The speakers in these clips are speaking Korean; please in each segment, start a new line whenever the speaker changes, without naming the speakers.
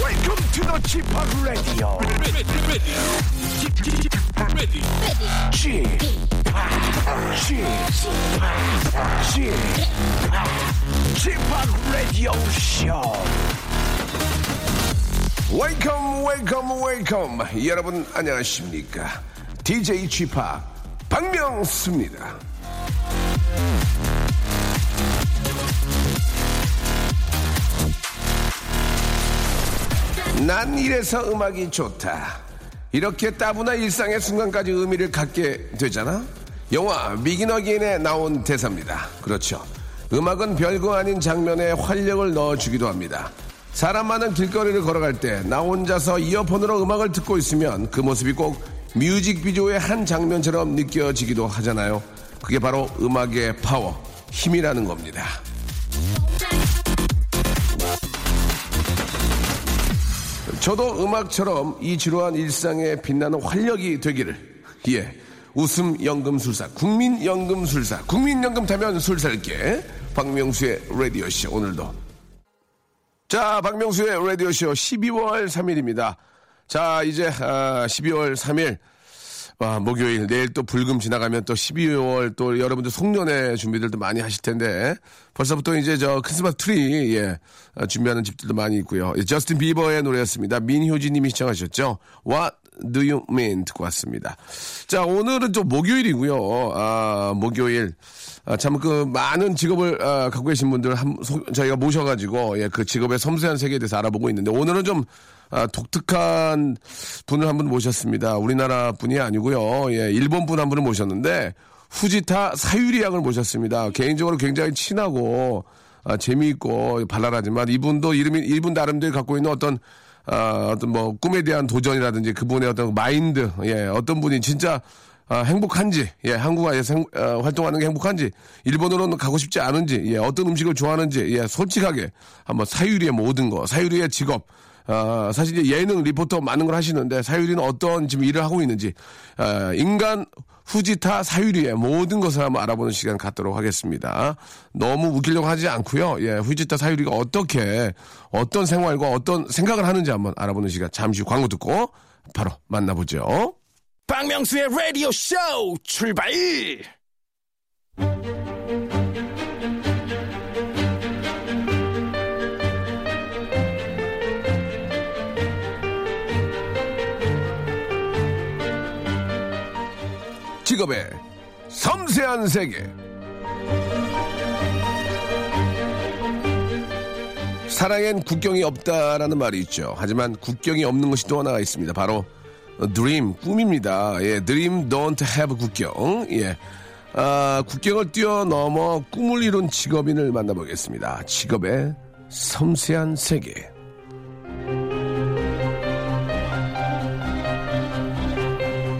welcome to the Chipak Radio. Chipak Radio Show. Welcome, welcome, welcome. 여러분 안녕하십니까? DJ 지팍 박명수입니다. 난 이래서 음악이 좋다. 이렇게 따분한 일상의 순간까지 의미를 갖게 되잖아? 영화 미기너기인에 나온 대사입니다. 그렇죠. 음악은 별거 아닌 장면에 활력을 넣어주기도 합니다. 사람 많은 길거리를 걸어갈 때 나 혼자서 이어폰으로 음악을 듣고 있으면 그 모습이 꼭 뮤직비디오의 한 장면처럼 느껴지기도 하잖아요. 그게 바로 음악의 파워, 힘이라는 겁니다. 저도 음악처럼 이 지루한 일상에 빛나는 활력이 되기를 예 웃음 연금술사 국민 연금술사 국민 연금 타면 술 살게 박명수의 라디오 쇼 오늘도 자 박명수의 라디오 쇼 12월 3일입니다 자 이제 아, 12월 3일 와, 아, 목요일 내일 또 불금 지나가면 또 12월 또 여러분들 송년회 준비들도 많이 하실 텐데 벌써부터 이제 저 크리스마스 트리 예, 어, 준비하는 집들도 많이 있고요. 예, 저스틴 비버의 노래였습니다. 민효진님이 시청하셨죠? What do you mean 듣고 왔습니다. 자 오늘은 또 목요일이고요. 아 목요일 참 그 많은 직업을 아, 갖고 계신 분들 한, 소- 저희가 모셔가지고 예, 그 직업의 섬세한 세계에 대해서 알아보고 있는데 오늘은 좀 아, 독특한 분을 한 분 모셨습니다. 우리나라 분이 아니고요. 예, 일본 분 한 분을 모셨는데 후지타 사유리 양을 모셨습니다. 개인적으로 굉장히 친하고 아, 재미있고 발랄하지만 이분도 이름이 이분 나름대로 갖고 있는 어떤 아, 어떤 뭐 꿈에 대한 도전이라든지 그분의 어떤 마인드 예, 어떤 분이 진짜 아, 행복한지, 예, 한국에서 행- 어, 활동하는 게 행복한지, 일본으로는 가고 싶지 않은지, 예, 어떤 음식을 좋아하는지, 예, 솔직하게 한번 사유리의 모든 거, 사유리의 직업, 아, 사실 이제 예능 리포터 많은 걸 하시는데 사유리는 어떤 지금 일을 하고 있는지 아, 인간 후지타 사유리의 모든 것을 한번 알아보는 시간 갖도록 하겠습니다. 너무 웃기려고 하지 않고요. 예, 후지타 사유리가 어떻게 어떤 생활과 어떤 생각을 하는지 한번 알아보는 시간 잠시 후 광고 듣고 바로 만나보죠.
박명수의 라디오 쇼 출발!
직업의 섬세한 세계. 사랑엔 국경이 없다라는 말이 있죠. 하지만 국경이 없는 것이 또 하나가 있습니다. 바로 드림, 꿈입니다. 예, 드림 don't have 국경. 예. 아, 국경을 뛰어넘어 꿈을 이룬 직업인을 만나보겠습니다. 직업의 섬세한 세계.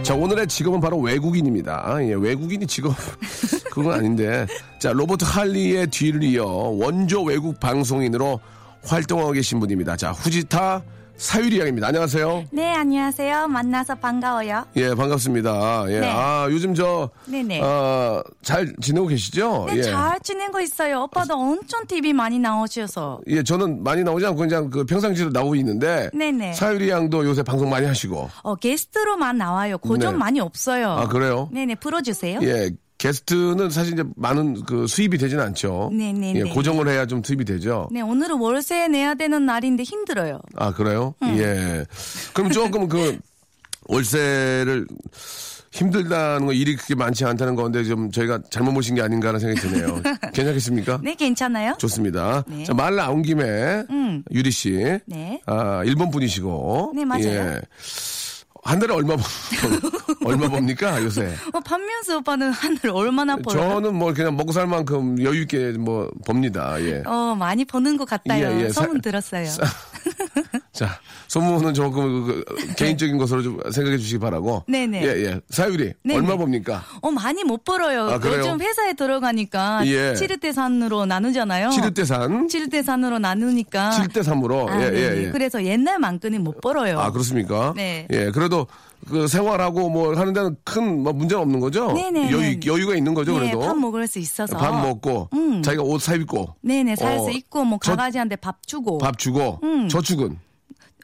자, 오늘의 직업은 바로 외국인입니다. 아, 예, 외국인이 직업, 그건 아닌데. 자, 로버트 할리의 뒤를 이어 원조 외국 방송인으로 활동하고 계신 분입니다. 자, 후지타 사유리 양입니다. 안녕하세요.
네, 안녕하세요. 만나서 반가워요.
예, 반갑습니다. 예,
네.
아, 요즘 저,
네네.
아, 잘 지내고 계시죠?
네,
예.
잘 지내고 있어요. 오빠도 엄청 TV 많이 나오셔서.
예, 저는 많이 나오지 않고 그냥 그 평상시로 나오고 있는데.
네네.
사유리 양도 요새 방송 많이 하시고.
어, 게스트로만 나와요. 고정
네.
많이 없어요.
아, 그래요?
네네, 풀어주세요.
예, 게스트는 사실 이제 많은 그 수입이 되진 않죠.
네네네.
예, 고정을 해야 좀 수입이 되죠.
네, 오늘은 월세 내야 되는 날인데 힘들어요.
아 그래요? 예. 그럼 조금 그 월세를 힘들다는 거 일이 그렇게 많지 않다는 건데 좀 저희가 잘못 보신 게 아닌가라는 생각이 드네요. 괜찮겠습니까?
네, 괜찮아요?
좋습니다.
네. 음.
자, 말 나온 김에 유리 씨,
네.
아 일본 분이시고, 예.
네, 맞아요.
한 달에 얼마 버- 얼마 봅니까 요새?
어, 반면수 오빠는 하늘 얼마나 벌어요?
저는 뭐 그냥 먹고 살 만큼 여유 있게 뭐 봅니다. 예.
어, 많이 버는 것 같아요.
예, 예, 사-
소문 들었어요.
자, 소문은 조금 그, 그, 개인적인 것으로 좀 생각해 주시기 바라고.
네. 네네.
예, 예. 사유리,
네네.
얼마 봅니까?
어, 많이 못 벌어요.
아, 그래요?
요즘 회사에 들어가니까
예.
치르대산으로 나누잖아요.
7대산,
치르대산으로 나누니까
7대3으로.
어. 아,
예,
네네.
예, 예.
그래서 옛날만큼은 못 벌어요.
아, 그렇습니까?
네.
예, 그래도 그 생활하고 뭐 하는 데는 큰 뭐 문제는 없는 거죠?
네네.
여유, 여유가 있는 거죠,
네,
그래도?
밥 먹을 수 있어서. 음.
밥 먹고, 자기가 옷 사입고,
네네, 살
어,
수 있고, 음. 뭐,
저-
강아지한테 밥 주고.
밥 주고, 저축은.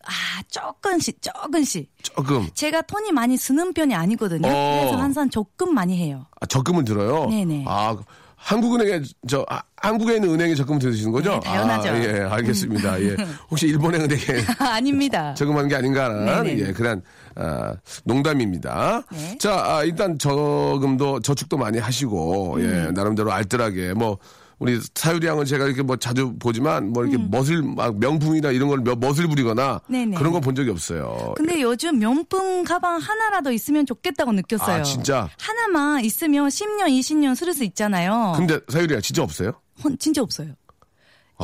아, 조금씩, 조금씩.
조금
제가 톤이 많이 쓰는 편이 아니거든요.
어.
그래서 항상 조금 많이 해요.
아, 적금은 들어요.
네네.
아 한국은행에 저 아, 한국에 있는 은행에 적금 들으시는 거죠?
네, 당연하죠. 음.
아, 예, 알겠습니다. 예. 혹시 일본의 은행에
아, 아닙니다.
적금한 게 아닌가 하는
네네.
예, 그런 아, 농담입니다.
네.
자, 아, 일단 저금도 저축도 많이 하시고
음.
예, 나름대로 알뜰하게 뭐 우리 사유리 양은 제가 이렇게 뭐 자주 보지만 뭐 이렇게 멋을 막 명품이나 이런 걸 며- 멋을 부리거나
음. 네네.
그런 거 본 적이 없어요.
근데 요즘 명품 가방 하나라도 있으면 좋겠다고 느꼈어요.
아, 진짜?
하나만 있으면 10년, 20년 쓸 수 있잖아요.
근데 사유리 양 진짜 없어요?
헌, 진짜 없어요.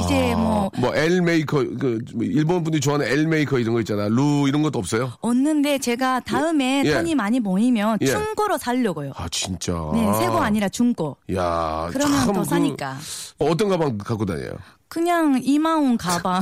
이제 뭐
아, 뭐엘 메이커 그 일본 분들이 좋아하는 엘 메이커 이런 거 있잖아 루 이런 것도 없어요?
얻는데 제가 다음에
예.
돈이 많이 모이면
예.
중고로 살려고요.
아 진짜.
네, 새거 아니라 중고.
야,
그러면
참
더
그-
싸니까.
어떤 가방 갖고 다녀요?
그냥 2만 원 가방,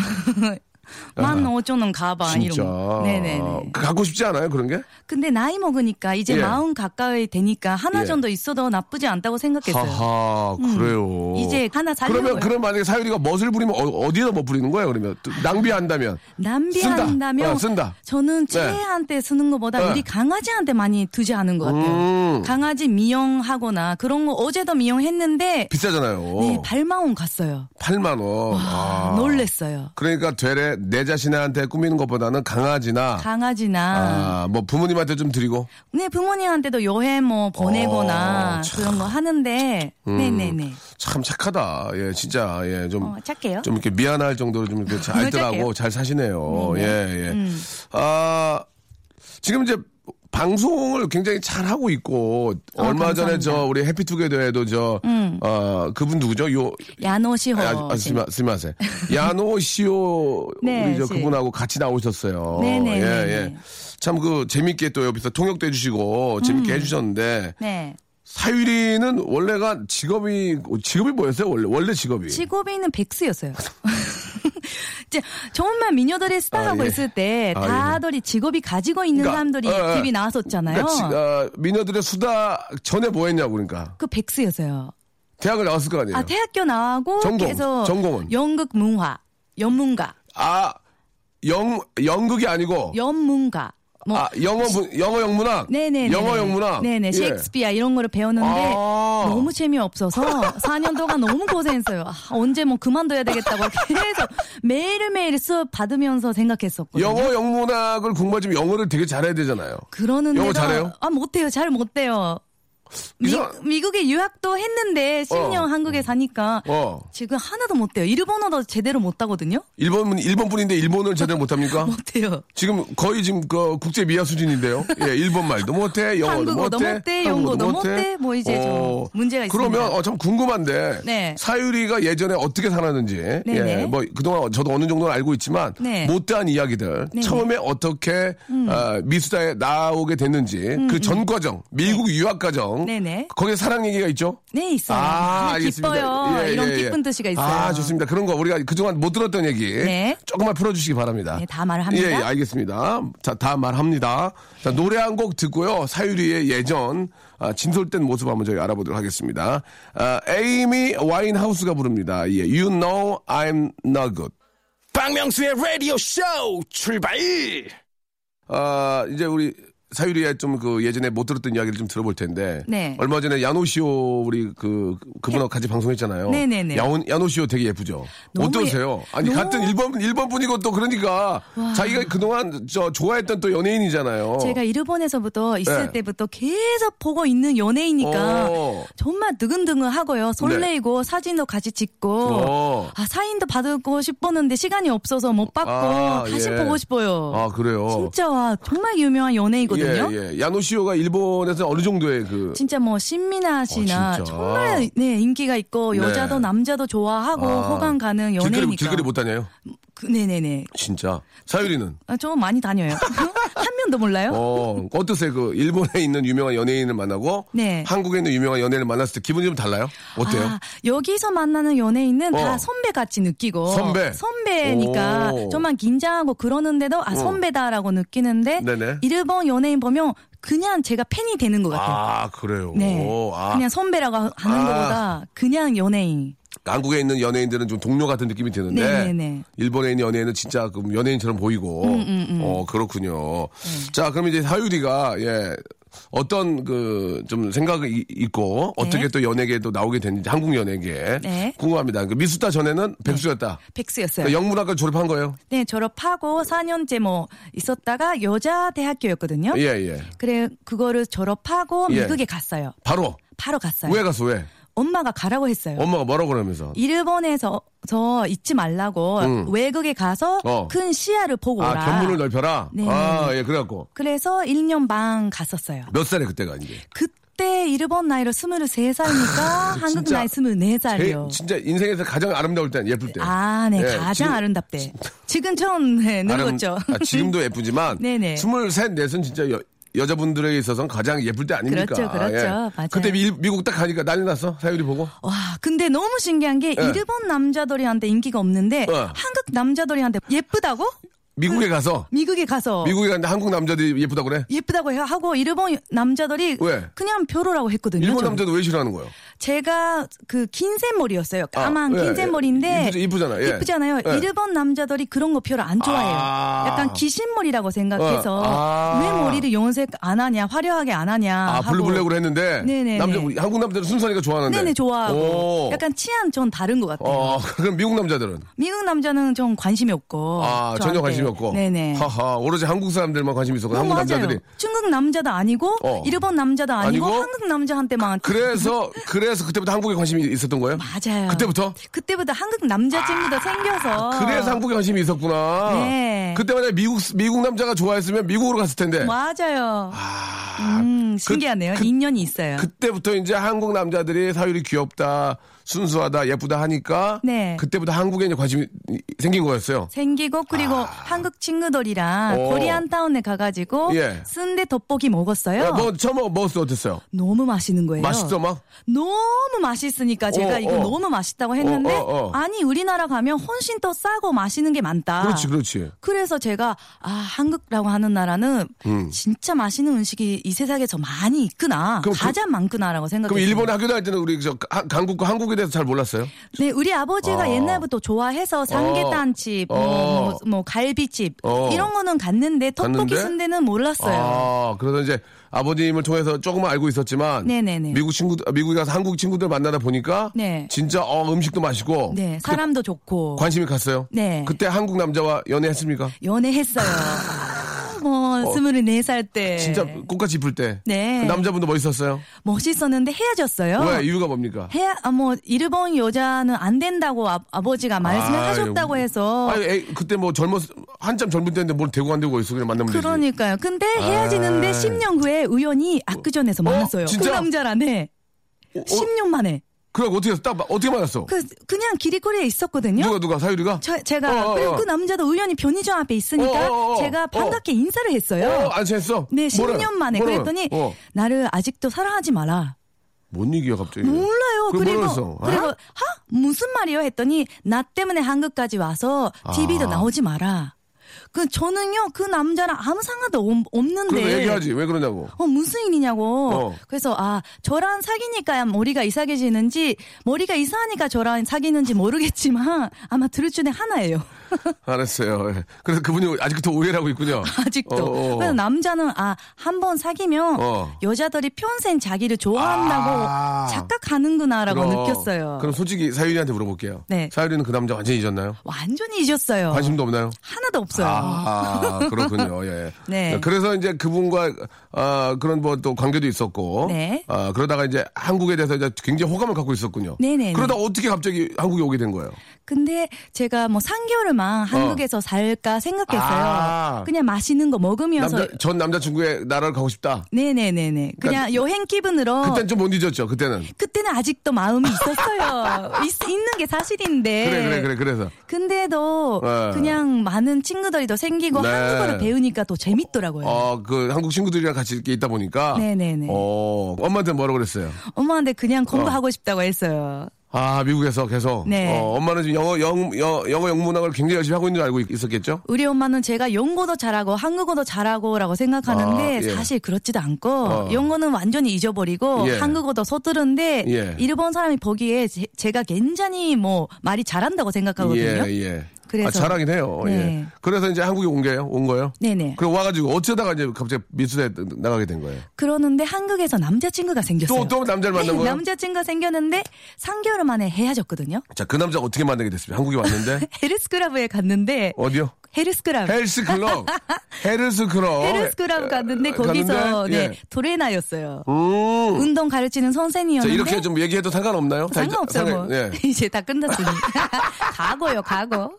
1만 5천 원 가방
진짜.
아, 이런 거. 네네네.
그 갖고 싶지 않아요 그런 게?
근데 나이 먹으니까 이제
예.
마흔 가까이 되니까 하나
예.
정도 있어도 나쁘지 않다고 생각했어요. 음,
하하 그래요.
이제 하나 살려고요.
그러면 그럼 만약에 사유리가 멋을 부리면 어, 디에다멋 부리는 거야 그러면 또 낭비한다면
낭비한다면
쓴다. 어, 쓴다.
저는 최애한테 쓰는 것보다
네.
우리 강아지한테 많이 두지 않은 것 같아요.
음.
강아지 미용하거나 그런 거 어제도 미용했는데
비싸잖아요.
네, 8만 원 갔어요.
8만 원. 어. 아.
놀랬어요.
그러니까 되레 내 자신한테 꾸미는 것보다는 강아지나
강아지나
아, 뭐 부모님한테 좀 드리고
네 부모님한테도 여행 뭐
어,
보내거나 그런 거 하는데
음.
네네네
참 착하다. 예, 진짜 예, 좀
어, 착해요. 음,
좀 이렇게 미안할 정도로 좀 이렇게 잘 알뜰하고
착해요. 음.
잘 사시네요. 예, 예. 아, 지금 이제 방송을 굉장히 잘 하고 있고
어,
얼마 전에
감사합니다. 음.
저 우리 해피투게더에도 저 어, 그분 누구죠? 요
야노시호
아, 아,
씨.
스마, 스마세. 야노 시오
네,
우리 저
씨.
그분하고 같이 나오셨어요.
네, 네,
예,
네,
예.
네.
참 그 재밌게 또 옆에서 통역도 해주시고 재밌게
음.
해주셨는데
네
사유리는 원래가 직업이 직업이 뭐였어요? 원래 원래 직업이
직업인은 백수였어요. 이제 정말 미녀들의 스타하고
예.
있을 때
아, 예.
다들이 직업이 가지고 있는
그러니까,
사람들이
어, 어.
TV 나왔었잖아요.
그러니까
그
지- 아, 미녀들의 수다 전에 뭐 했냐고 그러니까
백수였어요.
대학을 나왔을 거 아니에요?
아 대학교 나오고
예. 전공,
계속
전공은?
연극 문화 연문가
아, 영 연극이 아니고
연문가 뭐
어. 아, 영어 문- 영어 영문학
네네
영어 영문학
네네
예.
셰익스피어 이런 거를 배웠는데
아.
너무 재미없어서 4년 동안 너무 고생했어요. 아, 언제 뭐 그만둬야 되겠다고 계속 매일매일 수업 받으면서 생각했었거든요.
영어 영문학을 공부하면 지금 영어를 되게 잘해야 되잖아요.
그러는데도
영어 잘해요?
아 못해요 잘 못해요 미,
이상-
미국에 유학도 했는데 10년
어.
한국에 사니까
어.
지금 하나도 못해요 일본어도 제대로 못하거든요
일본 일본 분인데 일본을 제대로 못합니까?
못해요
지금 거의 지금 그 국제 미화 수준인데요. 예, 일본 말도 못해, 영어도
한국어도
못해,
못해,
한국어도
영어도 못해. 뭐 이제 좀 문제가
그러면
있습니다.
어, 참 궁금한데
네.
사유리가 예전에 어떻게 살았는지,
네네.
예, 뭐 그동안 저도 어느 정도는 알고 있지만
네.
못다한 이야기들
네네.
처음에 어떻게 아, 미수다에 나오게 됐는지 그 전 과정, 미국 유학 과정,
음, 네. 네네.
거기에 사랑 얘기가 있죠.
네 있어요
아, 알겠습니다.
기뻐요
예,
이런
예, 예.
기쁜 뜻이가 있어요
아, 좋습니다. 그런 거 우리가 그동안 못 들었던 얘기
네.
조금만 풀어주시기 바랍니다.
네, 다 말을 합니다.
예, 예, 알겠습니다. 자, 다 말합니다. 자, 노래 한 곡 듣고요. 사유리의 예전 아, 진솔된 모습 한번 저희 알아보도록 하겠습니다. 아, 에이미 와인하우스가 부릅니다. 예, You know I'm not good.
박명수의 라디오 쇼 출발!
아, 이제 우리 사유리의 좀 그 예전에 못 들었던 이야기를 좀 들어볼 텐데.
네. 예.
얼마 전에 야노시오 우리 그 그분하고 같이 방송했잖아요.
네네네.
야노, 야노시오 되게 예쁘죠.
너무
어떠세요?
예-
아니
너무-
같은 일본 일본 분이고 또 그러니까 자기가 그동안 저 좋아했던 또 연예인이잖아요.
제가 일본에서부터 있을
어. 네.
때부터 계속 보고 있는 연예이니까
어. 네.
정말 느근느근하고요. 설레이고 사진도 같이 찍고
어.
아 사인도 받고 싶었는데 시간이 없어서 못 받고
아,
다시
예.
보고 싶어요.
아 그래요.
진짜 와 정말 유명한 연예이거든요.
예, 예. 야노시오가 일본에서 어느 정도의 그
진짜 뭐 신민아 씨나
어, 진짜. 아.
정말 네 인기가 있고
네.
여자도 남자도 좋아하고
아.
뭐 호감 가는 연예니까.
길거리 길거리 못 다녀요.
그, 네네네.
진짜. 사유리는
아, 저 많이 다녀요. 한 명도 몰라요?
어, 어떠세요? 그 일본에 있는 유명한 연예인을 만나고
네.
한국에 있는 유명한 연예인을 만났을 때 기분이 좀 달라요? 어때요?
아, 여기서 만나는 연예인은
어.
다 선배 같이 느끼고
선배.
니까
오. 어.
좀만 긴장하고 그러는데도 아 선배다라고 느끼는데
네네.
일본 연예인 보면 그냥 제가 팬이 되는 것 같아요.
아, 그래요.
네,
오, 아.
그냥 선배라고 하는
아.
것보다 그냥 연예인.
한국에 있는 연예인들은 좀 동료 같은 느낌이 드는데
네네네. 음,
일본에 있는 연예인은 진짜 그 연예인처럼 보이고 어 그렇군요.
네.
자 그럼 이제 하율이가 예 어떤 그 좀 생각이 이- 있고 어떻게 또 연예계에도 나오게 됐는지 한국 연예계
네.
궁금합니다. 그 미수다 전에는 백수였다.
백수였어요.
그러니까 영문학과 졸업한 거예요.
네, 졸업하고 4년째 뭐 있었다가 여자 대학교였거든요.
예 예.
그래 그거를 졸업하고
예.
미국에 갔어요.
바로
바로 갔어요.
왜 갔어 왜?
엄마가 가라고 했어요.
엄마가 뭐라고 그러면서
일본에서 저 잊지 말라고 외국에 가서
음. 어.
큰 시야를 보고
아
오라.
견문을 넓혀라.
네.
아 예 그래갖고
그래서 1년 반 갔었어요.
몇 살에 그때가 이제
그때 일본 나이로 23살이니까 한국
아, 진짜
나이 24살이요.
제일 진짜 인생에서 가장 아름다울 땐 예쁠 때.
아, 네.
예,
가장
지금
아름답대. 지금 좀 네,
아름-
늙었죠.
아, 지금도 예쁘지만
네네.
스물셋 넷은 진짜 여, 여자분들에 있어서는 가장 예쁠 때 아닙니까?
그렇죠, 그렇죠. 맞아요.
그때 미, 미국 딱 가니까 난리 났어. 사유리 보고.
와, 근데 너무 신기한 게
예.
일본 남자들이한테 인기가 없는데
어.
한국 남자들이한테 예쁘다고? 음.
미국에 가서
미국에 가서
미국에 갔는데 한국 남자들이 예쁘다고 그래?
예쁘다고 해요. 하고 일본 남자들이
왜?
그냥 별로라고 했거든요.
일본
저는.
남자도 왜 싫어하는 거예요?
제가 그 긴샘머리였어요. 까만
아, 예,
긴샘머리인데
예. 이쁘잖아, 예.
이쁘잖아요.
예.
일본 남자들이 그런 거 별로 안 좋아해요.
아.
약간 기신머리라고 생각해서
어, 아.
왜 머리를 연색 안 하냐, 화려하게 안 하냐
아,
하고
블루블랙으로 했는데
네네네.
남자 한국 남자들은 순수하니까 좋아하는데.
네네 좋아하고
오.
약간 취향 전 다른 것 같아요.
어, 그럼 미국 남자들은
미국 남자는 좀 관심이 없고
아 전혀
어, 저한테.
관심이 없고
네네. 뭐
하하 오로지 한국 사람들만 관심이 있었고 한국
맞아요.
남자들이
중국 남자도 아니고
어.
일본 남자도 아니고,
아니고?
한국 남자한테만
그래서 그래서 그때부터 한국에 관심이 있었던 거예요?
맞아요.
그때부터? 아,
그때부터 한국 남자 친구도 생겨서
그래서 한국에 관심이 있었구나.
네.
그때 만약에 미국, 미국 남자가 좋아했으면 미국으로 갔을 텐데.
맞아요. 음, 신기하네요.
네. 그-
인연이 있어요.
그때부터 이제 한국 남자들이 사율이 귀엽다, 순수하다, 예쁘다 하니까.
네.
그때부터 한국에 이제 관심이 생긴 거였어요.
생기고 그리고 한국 친구들이랑
아. 오.
코리안 타운에 가가지고
예.
순대 떡볶이 먹었어요.
야, 뭐, 처음 먹- 먹었을 때 어땠어요?
너무 맛있는 거예요.
맛있어, 뭐 막?
너무 맛있으니까 제가
어,
이거
어.
너무 맛있다고 했는데
어, 어, 어.
아니 우리나라 가면 훨씬 더 싸고 맛있는 게 많다.
그렇지, 그렇지.
래서 제가 아 한국라고 하는 나라는 진짜 맛있는 음식이 이 세상에서 많이 있구나
음. 그럼 그-
가장 많구나라고
그럼
생각했어요.
일본에 학교 다닐 때는 우리 저 한- 한국과 한국에 대해서 잘 몰랐어요?
네, 우리 아버지가
어.
옛날부터 좋아해서 삼계탕집, 뭐,
어.
뭐, 뭐 갈비집
어.
이런 거는 갔는데 떡볶이
갔는데?
순대는 몰랐어요.
아, 그래서 이제 아버님을 통해서 조금만 알고 있었지만
네네네.
미국 친구 미국에 가서 한국 친구들 만나다 보니까
네.
진짜 어, 음식도 맛있고
네,
그때
사람도 좋고
관심이 갔어요.
네.
그때 한국 남자와 연애했습니까?
연애했어요. 뭐 스물네 살 때.
아. 어. 진짜 꽃같이 이쁠 때.
네.
그 남자분도 멋있었어요.
멋있었는데 헤어졌어요.
왜 이유가 뭡니까?
헤 아, 뭐 일본 여자는 안 된다고 아, 아버지가 말씀하셨다고
아유,
해서
아니, 에이, 그때 뭐 젊었 한참 젊을 때인데 뭘 대고 안 대고 있어 그냥 만나면 되지.
그러니까요. 근데 헤어지는데
아이. 어.
10년 후에 우연히 악그전에서 만났어요. 그
진짜?
남자라네.
어, 어,
10년 만에.
그럼 어떻게 했어? 딱 마- 어떻게 만났어?
그 그냥 길거리에 있었거든요.
누가 누가 사유리가?
저, 제가
어, 어,
그리고
어.
그 남자도 우연히 변희정 앞에 있으니까
어, 어, 어,
제가
어.
반갑게 인사를 했어요.
어, 안 취했어?
네,
뭐라-
10년 만에
뭐라-
그랬더니
어.
나를 아직도 사랑하지 마라.
뭔 얘기야 갑자기?
몰라요.
예. 그럼
그리고
뭐라 그랬어? 아?
그리고 하 무슨 말이요? 했더니 나 때문에 한국까지 와서
아.
TV도 나오지 마라. 그 저는요 그 남자랑 아무 상관도 없- 없는데.
그래서 얘기하지 왜 그러냐고.
어 무슨 일이냐고.
어.
그래서 아 저랑 사귀니까 머리가 이상해지는지 머리가 이상하니까 저랑 사귀는지 모르겠지만 아마 둘 중에 하나예요.
알았어요. 예. 그래서 그분이 아직도 오해를 하고 있군요.
아직도.
어, 어.
그래서 남자는 아, 한 번 사귀면
어.
여자들이 평생 자기를 좋아한다고
아.
착각하는구나라고
그럼-
느꼈어요.
그럼 솔직히 사유리한테 물어볼게요.
네.
사유리는 그 남자 완전히 잊었나요?
완전히 잊었어요.
관심도 없나요?
하나도 없어요.
아, 그렇군요. 예.
네.
그래서 이제 그분과 아, 그런 뭐 또 관계도 있었고,
네.
아, 그러다가 이제 한국에 대해서 이제 굉장히 호감을 갖고 있었군요.
네네네.
그러다 어떻게 갑자기 한국에 오게 된 거예요?
근데 제가 뭐 3개월만 한국에서 살까 생각했어요.
어. 아.
그냥 맛있는 거 먹으면서
남자, 전 남자친구의 나라를 가고 싶다.
네네네네. 그냥 여행 기분으로
그러니까 그땐 좀 못 잊었죠. 그때는.
그때는 아직도 마음이 있었어요. 있, 는게 사실인데.
그래 그래 그래 그래서
근데도
네.
그냥 많은 친구들이 더 생기고
네.
한국어를 배우니까 또 재밌더라고요.
어 그 한국 친구들이랑 같이 이렇게 있다 보니까
네. 네네네.
어 엄마한테 뭐라고 그랬어요?
엄마한테 그냥 공부하고 싶다고 했어요.
아, 미국에서 계속.
네.
어, 엄마는 지금 영어, 영, 영- 영어 영문학을 굉장히 열심히 하고 있는 줄 알고 있- 있었겠죠?
우리 엄마는 제가 영어도 잘하고 한국어도 잘하고라고 생각하는데
아, 예.
사실 그렇지도 않고
어.
영어는 완전히 잊어버리고
예.
한국어도 서투른데
예.
일본 사람이 보기에 제, 제가 굉장히 뭐 말이 잘한다고 생각하거든요.
예, 예.
그래서-
아, 잘하긴 해요. 예.
네.
그래서 이제 한국에 온 거예요? 온 거예요?
네네.
그럼 와가지고 어쩌다가 이제 갑자기 미술에 나가게 된 거예요?
그러는데 한국에서 남자친구가 생겼어요.
또, 또 남자를 만난
네,
거예요?
남자친구가 생겼는데 3개월 만에 헤어졌거든요.
자, 그 남자가 어떻게 만나게 됐습니까? 한국에 왔는데?
헤르스클럽에 갔는데
어디요?
헤르스클럽
헬스클럽. 헬스클럽.
헤르스클럽 갔는데
에,
거기서
어, 갔는데?
네,
예.
도레나였어요.
음.
운동 가르치는
자,
선생이었는데
이렇게 좀 얘기해도 상관없나요? 다 이제-
상관없어요.
상관-
뭐.
예.
이제 다 끝났으니 가고요, 가고.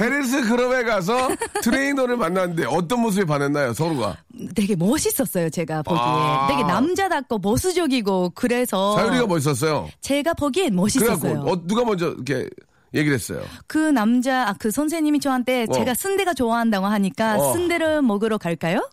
헤르스 클럽에 가서 트레이너를 만났는데 어떤 모습에 반했나요, 서로가?
되게 멋있었어요, 제가 보기에.
아.
되게 남자답고 보수적이고 그래서
자유리가 멋있었어요.
제가 보기엔 멋있었어요.
그래갖고, 어, 누가 먼저 이렇게 얘기를 했어요.
그 남자 아, 그 선생님이 저한테
어.
제가 순대가 좋아한다고 하니까
어.
순대를 먹으러 갈까요?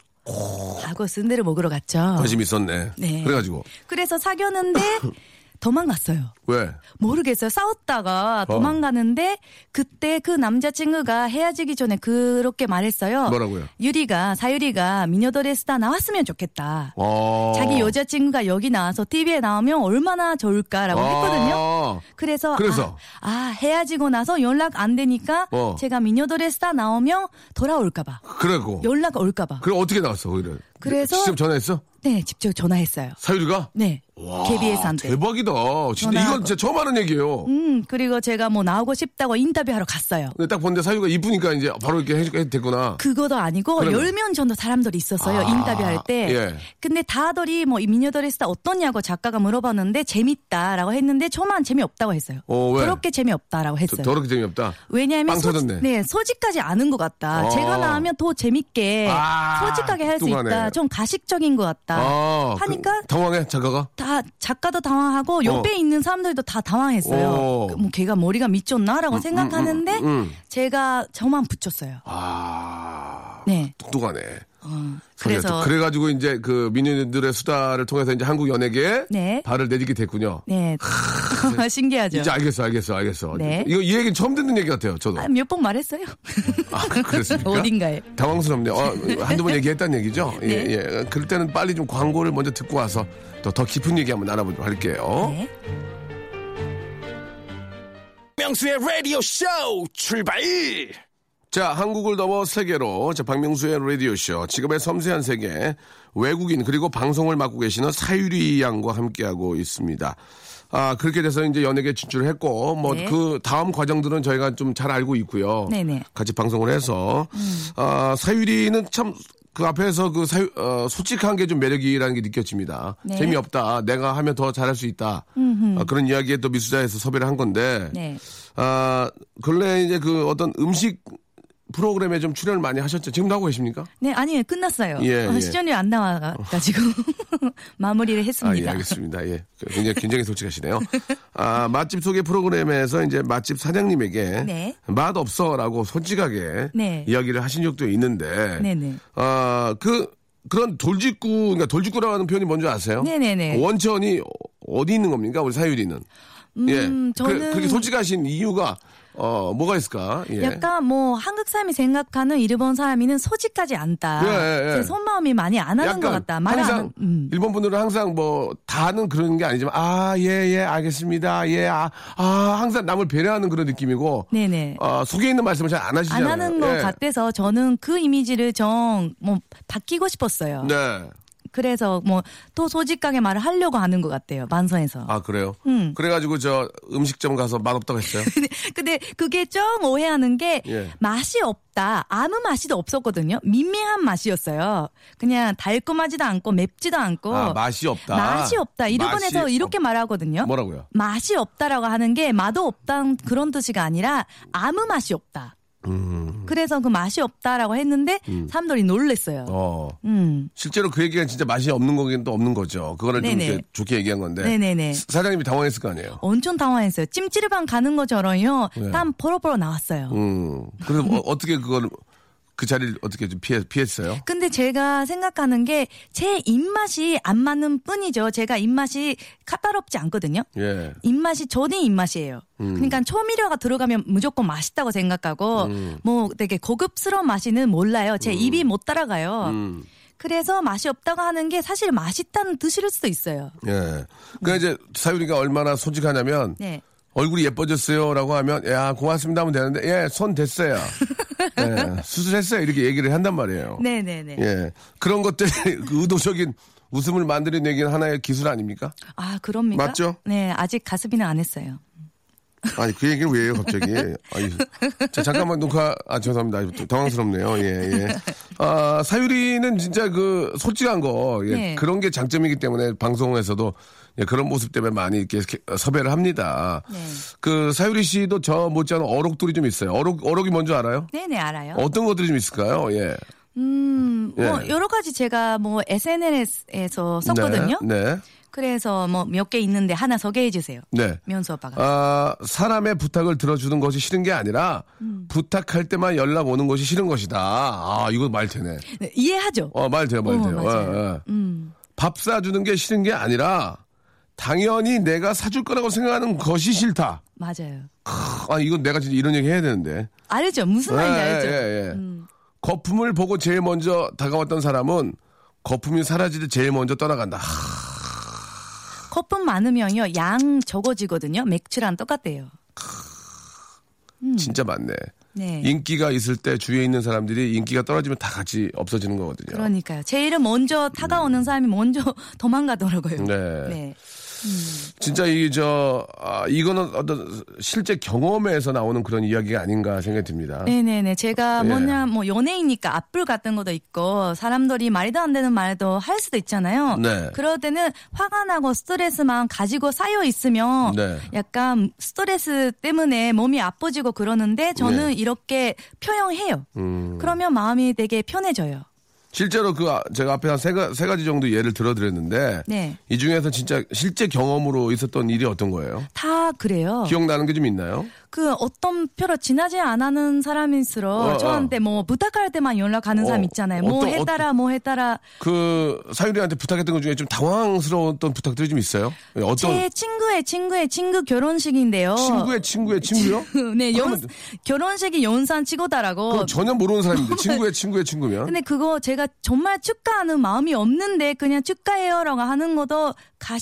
하고 순대를 먹으러 갔죠.
관심 있었네.
네.
그래가지고,
그래서 사귀었는데 도망갔어요.
왜?
모르겠어요. 싸웠다가 도망가는데 그때 그 남자친구가 헤어지기 전에 그렇게 말했어요.
뭐라고요?
유리가 사유리가 미녀더레스다 나왔으면 좋겠다.
어.
자기 여자친구가 여기 나와서 TV에 나오면 얼마나 좋을까라고 했거든요.
아.
그래서,
어. 그래서?
아, 아, 헤어지고 나서 연락 안 되니까
어.
제가 미녀더레스다 나오면 돌아올까봐
그래고.
연락 올까봐
그래, 어떻게 나왔어, 오히려?
그래서-
직접 전화했어?
네 직접 전화했어요.
사유리가? 아,
네 KBS한테.
대박이다. 진짜
전화하고.
이건 진짜 처음 하는 얘기예요.
음 그리고 제가 뭐 나오고 싶다고 인터뷰하러 갔어요.
근데 딱 본데 사유가 이쁘니까 이제 바로 이렇게 해주- 해도 됐구나.
그거도 아니고
그러면.
열 명 정도 사람들이 있었어요
아,
인터뷰할 때.
예.
근데 다들이 뭐이 미녀들의 스타 어떠냐고 작가가 물어봤는데 재밌다라고 했는데 저만 재미없다고 했어요.
어, 왜?
더럽게 재미없다라고
더-
했어요.
더럽게 재미없다.
왜냐하면
빵 터졌네.
네, 소지까지 아는 것 같다.
어.
제가 나오면 더 재밌게
아,
솔직하게 할 수
뚱뚱하네.
있다. 좀 가식적인 것 같다.
아,
하니까
그, 당황해, 작가가?
다 작가도 당황하고 옆에 있는 사람들도 다
어. 음,
당황했어요. 그, 뭐 걔가 머리가 미쳤나라고 생각하는데 제가 저만 붙였어요.
아,
네.
똑똑하네.
어,
그래서
그래서
그래가지고 이제 그 미녀들의 수다를 통해서 이제 한국 연예계에
네.
발을 내딛게 됐군요.
네. 신기하죠.
이제 아- 알겠어, 알겠어, 알겠어.
네.
이거 이 얘기는 처음 듣는 얘기 같아요, 저도.
아, 몇 번 말했어요.
아, 그렇습니까?
어딘가에. 네.
당황스럽네요. 어, 한두 번 얘기했다는 얘기죠? 예, 예. 그럴 때는 빨리 좀 광고를 먼저 듣고 와서 또 더 깊은 얘기 한번 알아보도록 할게요.
네.
명수의 라디오 쇼 출발!
자, 한국을 넘어 세계로 자, 박명수의 라디오쇼 지금의 섬세한 세계 외국인 그리고 방송을 맡고 계시는 사유리 양과 함께하고 있습니다. 아, 그렇게 돼서 이제 연예계 진출을 했고 뭐
네.
그 다음 과정들은 저희가 좀 잘 알고 있고요.
네네. 음.
같이 방송을 해서 아, 사유리는 참 그 앞에서 그 사유, 어, 솔직한 게 좀 매력이라는 게 느껴집니다.
네.
재미없다. 내가 하면 더 잘할 수 있다. 아, 그런 이야기에 또 미수자에서 섭외를 한 건데
네.
아, 근래 이제 그 어떤 음식 프로그램에 좀 출연을 많이 하셨죠. 지금도 하고 계십니까?
네, 아니, 끝났어요.
예,
어,
예.
시전이 안 나와가지고 마무리를
아, 예,
했습니다.
알겠습니다. 예. 굉장히, 굉장히 솔직하시네요. 아, 맛집 소개 프로그램에서 이제 맛집 사장님에게
네.
맛 없어라고 솔직하게
네.
이야기를 하신 적도 있는데.
네네.
아, 그, 그런 돌직구, 그러니까 돌직구라고 하는 표현이 뭔지 아세요?
네네네.
원천이 어디 있는 겁니까? 우리 사유리는.
음,
그,
저는
그렇게 솔직하신 이유가, 어, 뭐가 있을까? 예.
약간 뭐 한국 사람이 생각하는 일본 사람이는 솔직하지 않다.
예, 예, 예.
제 속마음이 많이 안 하는 것 같다. 말을 안
항상
하는- 음.
일본 분들은 항상 뭐 다는 그런 게 아니지만 아 예 예 알겠습니다 예 아 아 항상 남을 배려하는 그런 느낌이고
네네.
어, 속에 있는 말씀을 잘 안
안
하시잖아요.
하는 것
예.
같아서 저는 그 이미지를 좀 뭐 바뀌고 싶었어요.
네.
그래서 뭐 또 솔직하게 말을 하려고 하는 것 같아요. 만선에서.
아 그래요.
음.
그래가지고 저 음식점 가서 맛 없다고 했어요.
근데, 근데 그게 좀 오해하는 게
예.
맛이 없다. 아무 맛이도 없었거든요. 밍밍한 맛이었어요. 그냥 달콤하지도 않고 맵지도 않고.
아, 맛이 없다.
맛이 없다. 일본에서
맛이
이렇게
없-
말하거든요.
뭐라고요?
맛이 없다라고 하는 게 맛도 없다는 그런 뜻이 아니라 아무 맛이 없다.
음.
그래서 그 맛이 없다라고 했는데 사람들이 놀랬어요.
어.
음.
실제로 그 얘기가 진짜 맛이 없는 거긴 또 없는 거죠. 그거를 좀
네네.
이렇게 좋게 얘기한 건데
네네네.
사- 사장님이 당황했을 거 아니에요.
엄청 당황했어요.
예.
찜질방 가는 것처럼요. 땀 버럭버럭 나왔어요.
음. 그래서 어, 어떻게 그걸 그 자리를 어떻게 좀 피해, 피했어요?
근데 제가 생각하는 게 제 입맛이 안 맞는 뿐이죠. 제가 입맛이 까다롭지 않거든요.
예.
입맛이 저는 입맛이에요.
음.
그러니까 초미료가 들어가면 무조건 맛있다고 생각하고
음.
뭐 되게 고급스러운 맛이는 몰라요. 제 입이 못 따라가요.
음.
그래서 맛이 없다고 하는 게 사실 맛있다는 드실 수도 있어요.
예. 그러니까 이제 사유리가 얼마나 솔직하냐면
네.
얼굴이 예뻐졌어요라고 하면 야 고맙습니다 하면 되는데 예손 됐어요. 예, 수술했어요 이렇게 얘기를 한단 말이에요.
네네네.
예 그런 것들이 그 의도적인 웃음을 만들어내기는 하나의 기술 아닙니까?
아, 그럽니까?
맞죠?
네, 아직 가습이는 안 했어요.
아니 그 얘기를 왜 해요 갑자기? 아니, 자 잠깐만 녹화 아 죄송합니다 아주 당황스럽네요. 예 예. 아 사유리는 진짜 그 솔직한 거 예,
네.
그런 게 장점이기 때문에 방송에서도 예, 그런 모습 때문에 많이 이렇게 개- 섭외를 합니다.
네.
그 사유리 씨도 저 못지않은 어록들이 좀 있어요. 어록 어록이 뭔지 알아요?
네네, 알아요.
어떤 것들이 좀 있을까요? 예.
음, 뭐,
예.
여러 가지 제가 뭐 SNS에서 썼거든요.
네. 네.
그래서 뭐 몇 개 있는데 하나 소개해 주세요.
네.
면수 오빠가.
아, 사람의 부탁을 들어주는 것이 싫은 게 아니라
음.
부탁할 때만 연락 오는 것이 싫은 것이다. 아, 이거 말 되네.
네, 이해하죠?
어, 말 돼요, 말
어,
돼요.
맞아요.
예, 예.
음.
밥 사주는 게 싫은 게 아니라 당연히 내가 사줄 거라고 생각하는 것이 싫다.
맞아요.
크, 아, 이건 내가 진짜 이런 얘기 해야 되는데.
어, 알죠? 무슨 말인지
예,
알죠? 음.
예, 예. 거품을 보고 제일 먼저 다가왔던 사람은 거품이 사라질 때 제일 먼저 떠나간다. 하,
거품 많으면요, 양 적어지거든요. 맥주랑 똑같대요.
진짜 많네.
음. 네.
인기가 있을 때 주위에 있는 사람들이 인기가 떨어지면 다 같이 없어지는 거거든요.
그러니까요. 제일은 먼저 다가오는 사람이 먼저 도망가더라고요.
음. 네. 진짜 이 저 아, 이거는 어떤 실제 경험에서 나오는 그런 이야기가 아닌가 생각이 듭니다.
네네네. 제가
예.
뭐냐, 뭐, 연예인이니까 악플 같은 것도 있고, 사람들이 말도 안 되는 말도 할 수도 있잖아요.
네.
그럴 때는 화가 나고 스트레스만 가지고 쌓여 있으면,
네.
약간 스트레스 때문에 몸이 아프지고 그러는데, 저는
네. 음.
이렇게 표현해요. 그러면 마음이 되게 편해져요.
실제로 그 아- 제가 앞에 한 세 가지 정도 예를 들어드렸는데
네.
이 중에서 진짜 실제 경험으로 있었던 일이 어떤 거예요?
다 그래요.
기억나는 게 좀 있나요?
그 어떤 표로 지나지 안 하는 사람일수록
어, 어.
저한테 뭐 부탁할 때만 연락하는
어,
사람 있잖아요. 뭐
어떤-
해달라, 뭐 해달라.
그 사유리한테 부탁했던 것 중에 좀 당황스러웠던 부탁들이 좀 있어요? 예, 어떤
제 어. 친구의 친구의 친구 결혼식인데요.
친구의 친구의 친구요?
네, 연,
그러면- 그렇죠.
결혼식이 연산 치고다라고.
그건 전혀 모르는 사람인데 친구의 친구의 친구면
근데 그거 제가 정말 축하하는 마음이 없는데 그냥 축하해요라고 하는 것도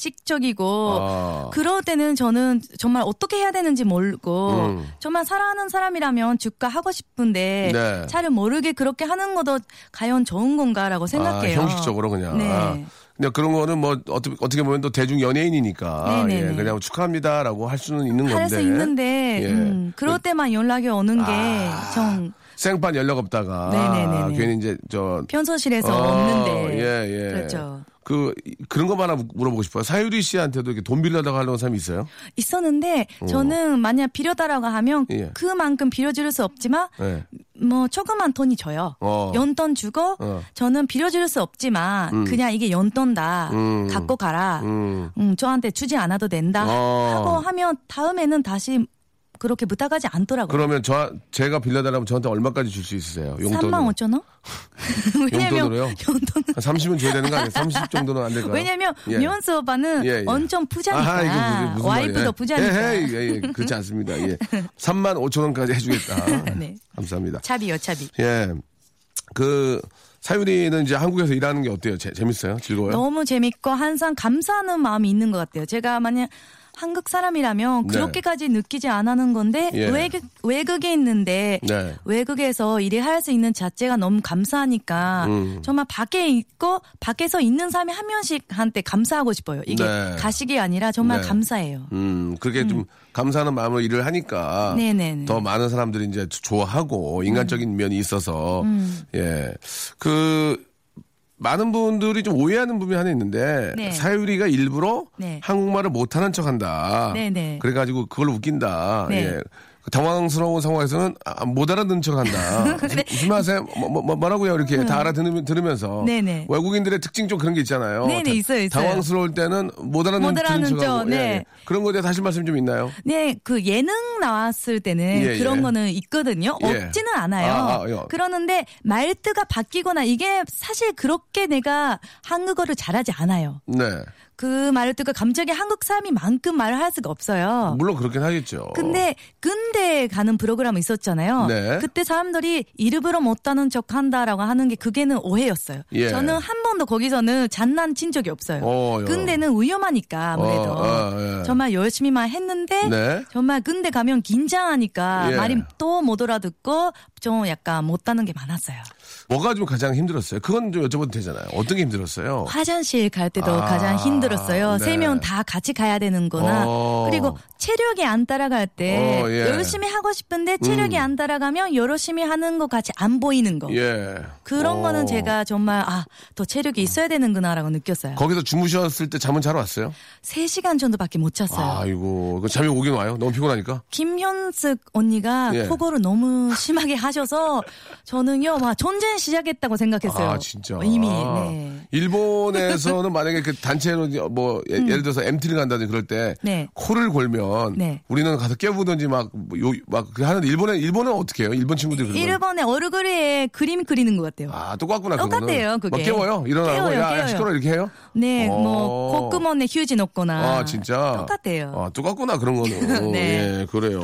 가식적이고
아.
그럴 때는 저는 정말 어떻게 해야 되는지 모르고 정말 사랑하는 사람이라면 축하하고 싶은데
음. 네.
차를 모르게 그렇게 하는 것도 과연 좋은 건가라고 생각해요.
아, 형식적으로 그냥.
네.
아, 그냥 그런 거는 뭐 어떻게 어떻게 보면 또 대중 연예인이니까
네네네.
예, 그냥 축하합니다라고 할 수는 있는 건데.
할 수 있는데
예.
음, 그럴 때만 연락이 오는
아.
게좀
생판 연락 없다가
네네네네.
괜히 이제 저
편소실에서
어,
없는데
예, 예.
그렇죠.
그 이- 그런 거 하나 물- 물어보고 싶어요. 사유리 씨한테도 이렇게 돈 빌려다가 하려는 사람이 있어요?
있었는데 저는 만약 빌려달라고 하면
어. 예.
그만큼 빌려줄 수 없지만
예.
뭐 조그만 돈이 줘요.
어.
연돈 주고
어.
저는 빌려줄 수 없지만 그냥 이게 연돈다
음.
갖고 가라. 음.
음.
저한테 주지 않아도 된다
어.
하고 하면 다음에는 다시 그렇게 부탁하지 않더라고요.
그러면 저 제가 빌려달라면 저한테 얼마까지 줄 수 있으세요? 용돈.
3만 5천 원? 왜냐면
용돈으로요?
연돈
30은 줘야 되는 거 아니에요? 30 정도는 안 될까요?
왜냐면
예.
미원스 오빠는
예, 예.
엄청 부자니까
아하, 이거 무슨- 무슨
와이프도
말이야.
부자니까
예, 예, 예, 그렇지 않습니다. 예. 3만 5천 원까지 해주겠다.
네.
감사합니다.
차비요 차비.
예. 그 사유리는 이제 한국에서 일하는 게 어때요? 재, 재밌어요? 즐거워요?
너무 재밌고 항상 감사하는 마음이 있는 것 같아요. 제가 만약 한국
네.
사람이라면 그렇게까지 느끼지 않는 건데
예.
외국 외국에 있는데
네.
외국에서 일을 할 수 있는 자체가 너무 감사하니까
음.
정말 밖에 있고 밖에서 있는 사람이 한 명씩 한테 감사하고 싶어요. 이게
네.
가식이 아니라 정말
네.
감사해요.
음, 그렇게 좀 감사하는 마음으로 일을 하니까
네네네. 음.
더 많은 사람들이 이제 조- 좋아하고 인간적인 면이 있어서 예. 그 많은 분들이 좀 오해하는 부분이 하나 있는데
네.
사유리가 일부러
네.
한국말을 못하는 척한다.
네네.
그래가지고 그걸 웃긴다.
네.
예. 당황스러운 상황에서는 아, 못 알아듣는 척 한다.
네.
무슨 말하세요? 뭐, 뭐, 뭐, 라고요 이렇게 다 알아들으면서.
음. 네네.
외국인들의 특징 좀 그런 게 있잖아요.
네네,
다-
있어요, 있어요.
당황스러울 때는 못 알아듣는
못 알아듣는
척 하고.
척,
예,
네.
예. 그런 거에 대해서 하실 말씀 좀 있나요?
네, 그 예능 나왔을 때는
예, 예.
그런 거는 있거든요.
예.
없지는 않아요.
아, 아, 예.
그러는데 말투가 바뀌거나 이게 사실 그렇게 내가 한국어를 잘하지 않아요.
네.
그 말투가 감정이 한국 사람이만큼 말을 할 수가 없어요.
물론 그렇긴 하겠죠.
근데 근대 가는 프로그램 있었잖아요.
네.
그때 사람들이 이름으로 못하는 척한다라고 하는 게 그게는 오해였어요.
예.
저는 한 번도 거기서는 장난친 적이 없어요.
어, 야.
근대는 위험하니까 아무래도
어, 아, 예.
정말 열심히만 했는데
네.
정말 근대 가면 긴장하니까
예.
말이 또 못 알아듣고 좀 약간 못하는 게 많았어요.
뭐가 좀 가장 힘들었어요? 그건 좀 여쭤봐도 되잖아요. 어떤 게 힘들었어요?
뭐 화장실 갈 때도
아,
가장 힘들었어요.
네.
세 명 다 같이 가야 되는 거나
어.
그리고 체력이 안 따라갈 때
어, 예.
열심히 하고 싶은데 체력이 안 따라가면 열심히 하는 것 같이 안 보이는 거.
예.
그런
어. 음.
거는 제가 정말 아 더 체력이 있어야 되는구나라고 느꼈어요.
거기서 주무셨을 때 잠은 잘 왔어요?
세시간 정도밖에 못 잤어요.
아이고. 그 잠이 오긴 와요. 너무 피곤하니까.
김현숙 언니가
예.
폭어를 너무 심하게 하셔서 저는요 막 전쟁 시작했다고 생각했어요.
아, 진짜.
이미
아.
네.
일본에서는 만약에 그 단체로 이제 뭐 예, 를 들어서 MT를 간다든지 그럴 때
음. 네.
코를 골면
네.
우리는 가서 깨부든지 막요막 그 하는데 일본에 일본은 어떻게 해요? 일본 친구들이 그런 거.
일본의 얼굴에 그림 그리는 것 같아요.
아, 똑같구나 그거는.
똑같아요, 그게.
막 깨워요. 일어나고
깨워요,
야, 야,
깨워요.
시끄러 이렇게 해요?
네,
어.
뭐 콧구멍에 휴지 넣거나.
아, 진짜.
똑같아요.
아, 똑같구나, 그런 거는.
네.
예, 그래요.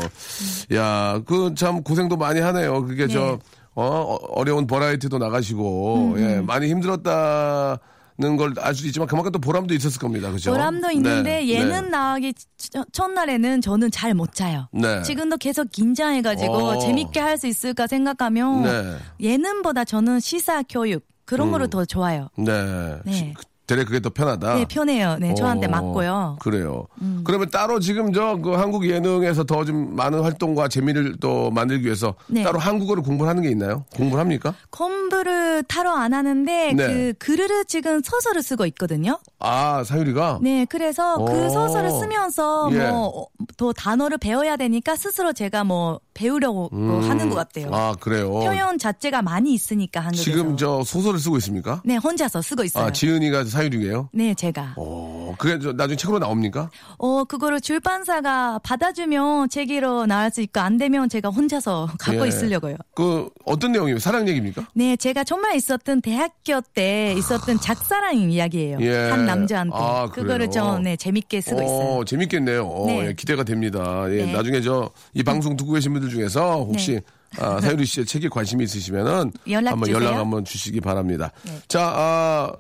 야, 그 참 고생도 많이 하네요. 그게 저,
네.
어, 어, 어려운 버라이티도
음,
나가시고, 예, 많이 힘들었다는 걸 알 수 있지만 그만큼 또 보람도 있었을 겁니다. 그죠?
보람도 있는데
네,
얘는
네.
나가기 첫- 첫날에는 저는 잘 못 자요.
네.
지금도 계속 긴장해가지고
어.
재밌게 할 수 있을까 생각하면
네. 음.
예능보다 저는 시사 교육 그런 거를 더 좋아요.
네.
네.
시- 그- 되레 그게 더 편하다.
네, 편해요. 네, 저한테
어,
맞고요. 아, 음.
그래요. 그러면 따로 지금 저 그 한국 예능에서 더 좀 많은 활동과 재미를 또 만들기 위해서
네.
따로 한국어를 공부를 하는 게 있나요? 공부를 합니까?
콤부를 타러 안
네.
하는데 그 글을 지금 서서를 쓰고 있거든요.
아, 사유리가?
네, 그래서
오.
그 소설을 쓰면서
예.
뭐 더 단어를 배워야 되니까 스스로 제가 뭐 배우려고 하는 것 같아요.
아, 그래요.
표현 자체가 많이 있으니까 한국에서.
지금 저 소설을 쓰고 있습니까?
네, 혼자서 쓰고 있어요.
아, 지은이가 사유리예요
네, 제가.
어, 그게 저 나중에 책으로 나옵니까?
어, 그거를 출판사가 받아주면 책으로 나올 수 있고 안 되면 제가 혼자서 갖고
예.
있으려고요.
그 어떤 내용이에요? 사랑 얘기입니까?
네, 제가 정말 있었던 대학교 때 있었던 작사랑 이야기예요.
아. 예.
한 남자한테.
아, 그래요?
그거를 좀 네, 재밌게 쓰고 있어요.
어, 재밌겠네요. 어,
네.
예, 기대가 됩니다. 예,
네. 음.
나중에 저 이 방송 듣고 계신 분들 중에서 혹시 아, 사유리 씨의 책에 관심이 있으시면은
연락
한번
주세요. 네.
연락 한번 주시기 바랍니다. 자, 아,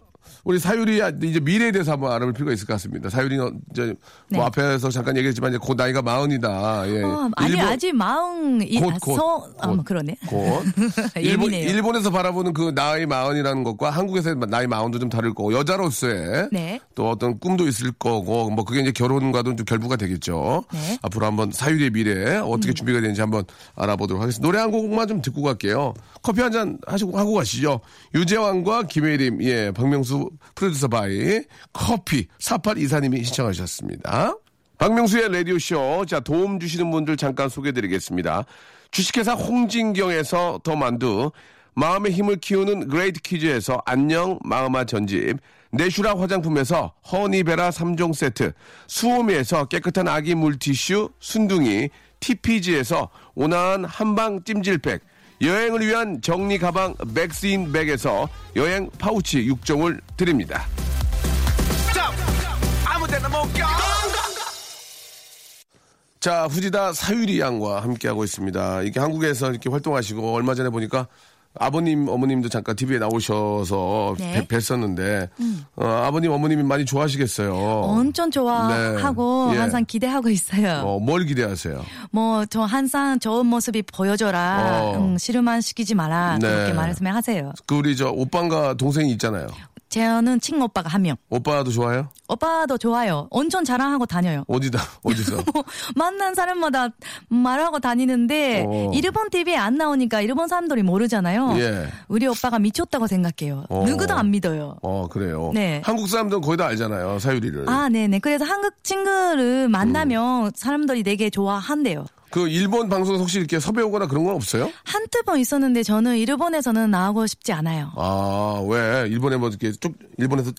우리 사유리 아, 이제 미래에 대해서 한번 알아볼 필요가 있을 것 같습니다. 사유리는 이제 뭐
네.
앞에서 잠깐 얘기했지만 이제 곧 나이가 마흔이다. 예.
어, 아니
일본-
아직 마흔이
곧,
아,
곧,
서 아,
곧.
뭐 그러네.
곧 일본,
예민해요.
일본에서 바라보는 그 나이 마흔이라는 것과 한국에서의 나이 마흔도 좀 다를 거고 여자로서의
네.
또 어떤 꿈도 있을 거고 뭐 그게 이제 결혼과도 좀 결부가 되겠죠.
네.
앞으로 한번 사유리의 미래 어떻게 준비가 되는지 한번 알아보도록 하겠습니다. 노래 한 곡만 좀 듣고 갈게요. 커피 한 잔 하시고 하고 가시죠. 유재환과 김혜림, 예, 박명수 프로듀서 바이 커피 48 이사님이 시청하셨습니다. 박명수의 라디오쇼. 자, 도움 주시는 분들 잠깐 소개해 드리겠습니다. 주식회사 홍진경에서 더 만두, 마음의 힘을 키우는 그레이트 퀴즈에서 안녕 마음아 전집, 내슈라 화장품에서 허니베라 3종 세트, 수오미에서 깨끗한 아기 물티슈, 순둥이, TPG에서 온화한 한방 찜질팩, 여행을 위한 정리 가방 맥스인 백에서 여행 파우치 6종을 드립니다. 자, 후지다 사유리 양과 함께하고 있습니다. 이게 한국에서 이렇게 활동하시고 얼마 전에 보니까 아버님, 어머님도 잠깐 TV에 나오셔서
네. 음.
뵀- 뵀었는데 어, 아버님, 어머님이 많이 좋아하시겠어요.
엄청 좋아하고
네. 예.
항상 기대하고 있어요.
어, 뭘 기대하세요?
뭐 저 항상 좋은 모습이 보여줘라.
어.
음, 싫으만 시키지 마라.
네.
그렇게 말씀을 하세요.
그 우리 저 오빠인가 동생이 있잖아요.
제어는 친오빠가 한 명.
오빠도 좋아요?
오빠도 좋아요. 엄청 자랑하고 다녀요.
어디다? 어디서?
뭐 만난 사람마다 말하고 다니는데
어.
일본 TV에 안 나오니까 일본 사람들이 모르잖아요.
예.
우리 오빠가 미쳤다고 생각해요.
어.
누구도 안 믿어요.
어, 그래요.
네.
한국 사람들은 거의 다 알잖아요. 사유리를. 음.
아, 네네. 그래서 한국 친구를 만나면 사람들이 되게 좋아한대요.
그 일본 방송 혹시 이렇게 섭외 오거나 그런 건 없어요?
한두 번 있었는데 저는 일본에서는 나오고 싶지 않아요.
아, 왜? 일본에 뭐 이렇게 쫓, 일본에서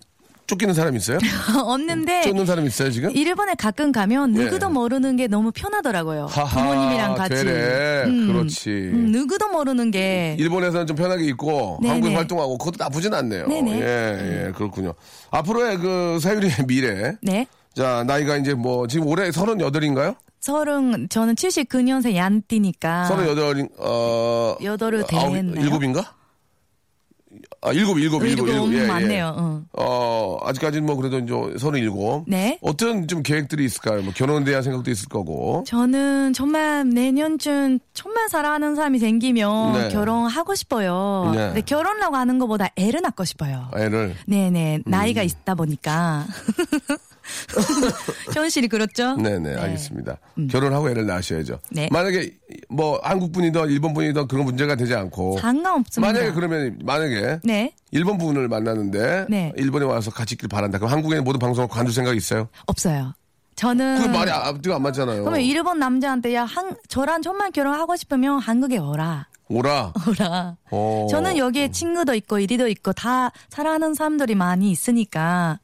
쫓기는 사람 있어요? 음,
없는데
쫓는 사람 있어요, 지금?
일본에 가끔 가면
예.
누구도 모르는 게 너무 편하더라고요.
하하,
부모님이랑 같이.
되네. 그렇지.
음, 누구도 모르는 게
일본에서는 좀 편하게 있고
네네.
한국에서 활동하고 그것도 나쁘진 않네요.
네네.
예, 예, 그렇군요. 앞으로의 그 사유리의 미래.
네.
자, 나이가 이제 뭐 지금 올해 38인가요?
서른 저는 79년생 얀띠니까
38인 어
아. 여덟을
아홉,
대했나요?
일곱인가? 아, 일곱, 일곱, 일곱,
일곱,
일곱. 예, 예.
맞네요. 응.
어, 아직까지는 뭐 그래도 이제 서른일곱.
네.
어떤 좀 계획들이 있을까요? 뭐 결혼에 대한 생각도 있을 거고.
저는 정말 내년쯤 정말 사랑하는 사람이 생기면
네.
결혼하고 싶어요.
네.
근데 결혼이라고 하는 것보다 애를 낳고 싶어요.
애를.
네네
음.
나이가 있다 보니까 현실이 그렇죠.
네네, 알겠습니다. 결혼하고 애를 낳으셔야죠.
음. 네.
만약에 뭐 한국 분이든 일본 분이든 그런 문제가 되지 않고.
상관없습니다.
뭐. 만약에 그러면 만약에
네
일본 분을 만나는데
네.
일본에 와서 같이 있길 바란다. 그럼 한국에 모든 방송을 관둘 생각 있어요?
없어요. 저는
그 말이 앞뒤가 안 맞잖아요.
음. 그러면 일본 남자한테 야 한, 저랑 정말 결혼하고 싶으면 한국에 오라
오라.
오라.
어.
저는 여기에 친구도 있고 이리도 있고 다 사랑하는 사람들이 많이 있으니까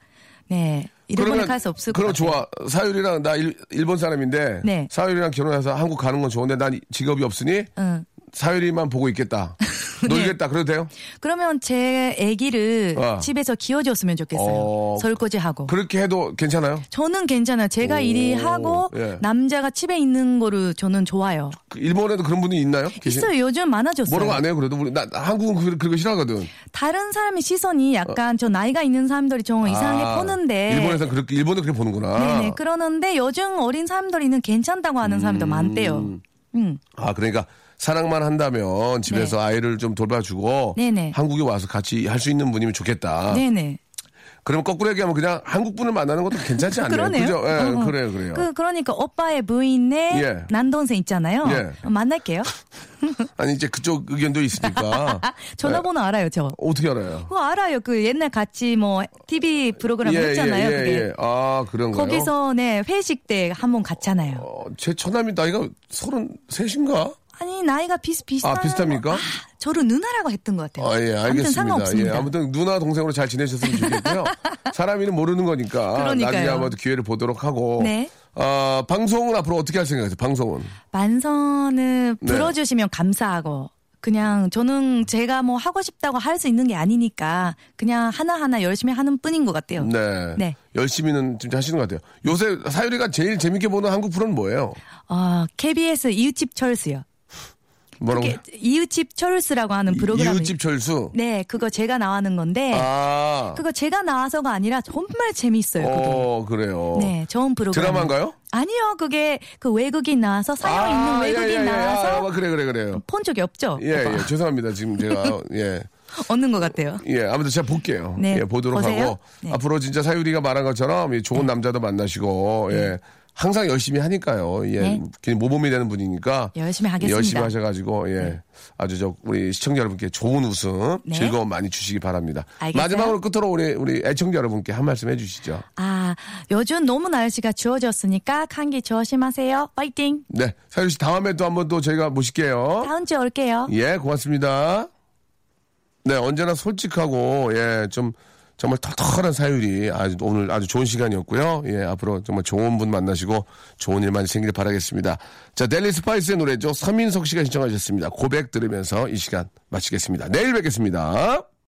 네 일본에
그러면-
갈 수 없을 것
그럼
같아요.
좋아. 사유리랑 나 일, 본 사람인데
네.
사유리랑 결혼해서 한국 가는 건 좋은데 난 직업이 없으니
응.
사유리만 보고 있겠다.
네.
놀겠다. 그래도 돼요?
그러면 제 아기를
어.
집에서 키워줬으면 좋겠어요.
어.
설거지하고.
그렇게 해도 괜찮아요?
저는 괜찮아요. 제가
오,
일이 하고
예.
남자가 집에 있는 거를 저는 좋아요.
그 일본에도 그런 분이 있나요? 계신-
있어요. 요즘 많아졌어요.
뭐라고 안 해요. 그래도 우리 나, 나 한국은 그- 그런 거 싫어하거든.
다른 사람의 시선이 약간 저 나이가 있는 사람들이 좀 이상하게
어. 아,
보는데
일본에서 아. 그렇게 일본도 그렇게 보는구나.
네네 그러는데 요즘 어린 사람들이는 괜찮다고 하는 사람도 많대요. 음.
아 그러니까 사랑만 한다면 집에서 아이를 좀 돌봐주고
네. 네네.
한국에 와서 같이 할 수 있는 분이면 좋겠다.
네네.
그러면 거꾸로 얘기하면 그냥 한국 분을 만나는 것도 괜찮지 않나요?
그러네요.
죠 예,
어, 어.
그래요, 그래요.
그, 그러니까 오빠의 부인의
예.
난동생 있잖아요.
예.
어, 만날게요.
아니 이제 그쪽 의견도 있으니까 예.
전화번호 알아요, 저.
어떻게 알아요?
그거 알아요. 그 옛날 같이 뭐 TV 프로그램
예,
했잖아요. 그게.
아 그런가요?
거기서 네 회식 때 한 번 갔잖아요.
어, 제 처남이 나이가 서른 셋인가?
아니 나이가 비슷비슷한.
아, 비슷합니까?
아, 저를 누나라고 했던 것 같아요.
아, 예,
아무튼
알겠습니다. 예,
상관없습니다.
아무튼 누나 동생으로 잘 지내셨으면 좋겠고요. 사람 이름 모르는 거니까
그러니까요.
나중에 아마도 기회를 보도록 하고.
네.
아, 방송은 앞으로 어떻게 할 생각이세요? 방송은.
만선을
네.
불어주시면 감사하고 그냥 저는 제가 뭐 하고 싶다고 할 수 있는 게 아니니까 그냥 하나하나 열심히 하는 뿐인 것 같아요.
네.
네.
열심히는 진짜 하시는 것 같아요. 요새 사유리가 제일 재밌게 보는 한국 프로는 뭐예요?
어, KBS 이웃집 철수요.
뭐라고?
그게 이웃집 철수라고 하는 프로그램.
이웃집 철수.
네, 그거 제가 나와는 건데
아.
그거 제가 나와서가 아니라 정말 재밌어요. 그게.
어, 그래요.
네, 좋은 프로그램.
드라마인가요?
아니요, 그게 그 외국인 나와서 사연 있는 외국인
예, 예, 예.
나와서
아, 그래, 그래, 그래요.
본 적이 없죠.
예, 예. 죄송합니다. 지금 제가, 예.
없는 것 같아요.
예, 아무튼 제가 볼게요.
네,
예, 보도록
보세요.
하고
네.
앞으로 진짜 사유리가 말한 것처럼 이 좋은 남자도 만나시고 예. 항상 열심히 하니까요. 예.
네.
괜히 모범이 되는 분이니까
열심히 하겠습니다.
열심히 하셔가지고 예. 아주 저 우리 시청자 여러분께 좋은 웃음,
네.
즐거움 많이 주시기 바랍니다.
알겠어요.
마지막으로 끝으로 우리 우리 애청자 여러분께 한 말씀 해주시죠.
아, 요즘 너무 날씨가 추워졌으니까 감기 조심하세요. 파이팅!
네, 사유리 씨 다음에 또 한번 또 저희가 모실게요.
다음 주에 올게요.
예, 고맙습니다. 네, 언제나 솔직하고, 예, 좀, 정말 털털한 사유리. 아주, 오늘 아주 좋은 시간이었고요. 예, 앞으로 정말 좋은 분 만나시고, 좋은 일 많이 생길 바라겠습니다. 자, 델리 스파이스의 노래죠. 서민석 씨가 신청하셨습니다. 고백 들으면서 이 시간 마치겠습니다. 내일 뵙겠습니다.